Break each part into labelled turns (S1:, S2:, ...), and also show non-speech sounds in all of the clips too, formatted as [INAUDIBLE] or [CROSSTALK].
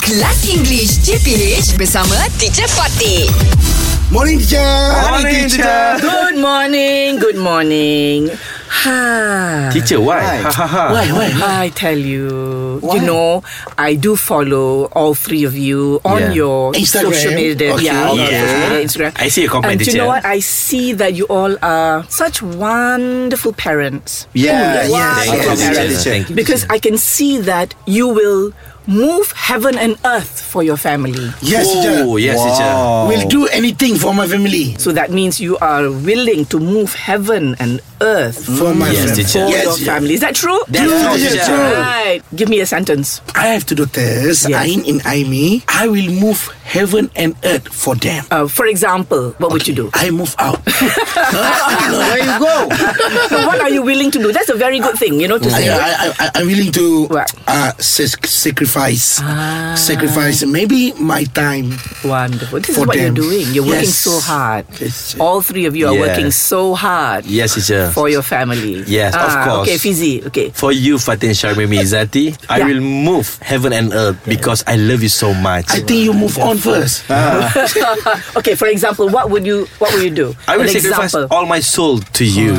S1: Kelas English JPH bersama Teacher Fatih.
S2: Morning teacher
S3: Morning, teacher.
S4: Good morning, good morning. Ha.
S3: Teacher, why? Ha ha ha.
S4: Why, why, I tell you,
S2: Why?
S4: you know, I do follow all three of you on
S3: Yeah.
S4: your
S2: Instagram.
S4: social media.
S2: Okay.
S4: Yeah, on
S3: Yeah.
S4: your social media, Instagram.
S3: I see your comment,
S4: And do you
S3: teacher.
S4: know what? I see that you all are such wonderful parents.
S2: Yeah,
S4: Ooh,
S2: yeah,
S4: wonderful
S2: yeah,
S3: Thank you,
S2: yeah,
S4: parents.
S3: teacher.
S2: yeah.
S3: Thank you.
S4: Because I can see that you will move heaven and earth for your family.
S2: Yes teacher
S3: Oh, yes, teacher.
S2: Will do anything for my family
S4: So that means you are willing to move heaven and earth
S2: For my
S3: Yes,
S2: family
S3: teacher.
S4: for
S2: Yes,
S4: your
S2: yeah.
S4: family. Is that true?
S3: That's
S2: True, true, teacher. true.
S4: Right. Give me a sentence.
S2: I have to do this
S4: Yes.
S2: Ain in I me I will move heaven and earth for them
S4: Uh, for example, what would you do?
S2: I move out [LAUGHS] Where you go?
S4: So what are you willing to do? [LAUGHS] That's a very good thing, you know, to
S2: I,
S4: say.
S2: I, I, I'm willing to
S4: What?
S2: uh, sac- sacrifice
S3: Ah.
S2: Sacrifice maybe my time
S4: Wonderful. This
S2: For
S4: is what
S2: them.
S4: you're doing. You're working
S2: Yes.
S4: so hard.
S2: Yes.
S4: All three of you are
S3: Yeah.
S4: working so hard.
S3: Yes, teacher.
S4: For your family.
S3: Yes, of
S4: Ah,
S3: course.
S4: Okay, Fizi. Okay.
S3: For you, Fatin [LAUGHS] Sharmimi Izati, I
S4: Yeah.
S3: will move heaven and earth because I love you so much.
S2: I think you move on first
S4: okay, for example, what would you what would you do?
S3: I will
S4: An
S3: sacrifice
S4: example.
S3: all my soul to you.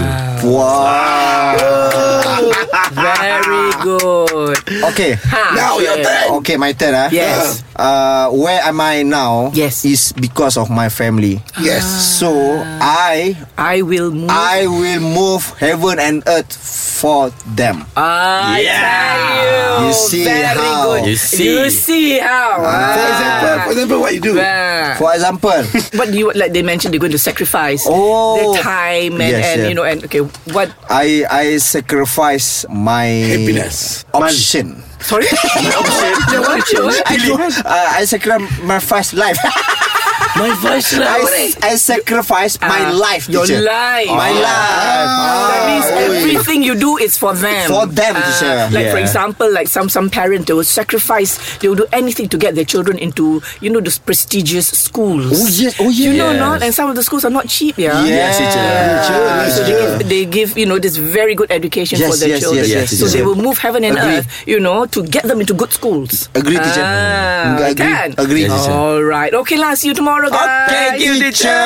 S4: Very good.
S5: Okay.
S4: Ha,
S2: Now your
S4: okay.
S2: turn
S5: Okay, my turn. Ah.
S4: Yes.
S5: Uh, where am I now?
S4: Yes. Ah.
S5: Is because of my family.
S2: Yes
S5: So I
S4: I will move.
S5: I will move heaven and earth for them.
S4: I
S3: Yeah.
S4: tell you.
S5: You see
S4: very
S5: how.
S4: good.
S3: You see.
S4: You see how.
S2: For example For example what you do
S4: Ah.
S5: For
S4: [LAUGHS]
S5: example,
S4: What do you like? They mentioned they're going to sacrifice
S5: Oh.
S4: their time and,
S5: Yes,
S4: and
S5: yeah.
S4: you know and okay. What?
S5: I I sacrifice my
S2: Happiness.
S5: option.
S4: Sorry.
S5: [LAUGHS]
S4: [LAUGHS] The what? The what?
S5: I, uh, I sacrifice my first
S4: [LAUGHS]
S5: life.
S2: My voice
S5: I, I sacrifice
S4: Ah,
S5: my life.
S4: Your
S5: teacher.
S4: life. Ah.
S5: My life.
S4: That means
S5: Ah, oi.
S4: everything you do is for them.
S5: For them,
S4: Ah,
S5: teacher.
S4: like for
S3: Yeah.
S4: example, like some some parent they will sacrifice, they will do anything to get their children into you know those prestigious schools.
S5: Oh yes. Oh yes.
S4: You know
S3: Yes.
S4: not, and some of the schools are not cheap, yeah.
S3: Yes, teacher.
S5: Yeah.
S4: So they give, they give you know this very good education
S5: Yes,
S4: for their
S5: yes,
S4: children.
S5: yes,
S3: yes,
S4: so
S3: yes.
S4: they will move heaven and
S5: Agree.
S4: earth, you know, to get them into good schools.
S5: Agree, teacher. Mm,
S4: Ah,
S5: Agree,
S4: Kan?
S5: agree, teacher.
S4: All right. Okay lah. See you tomorrow, guys.
S3: Thank you,
S4: All
S3: teacher.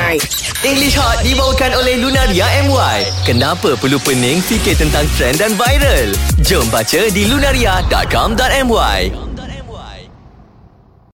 S4: right.
S6: English Hot dibawakan oleh Lunaria MY. Kenapa perlu pening fikir tentang trend dan viral? Jom baca di lunaria.com.my.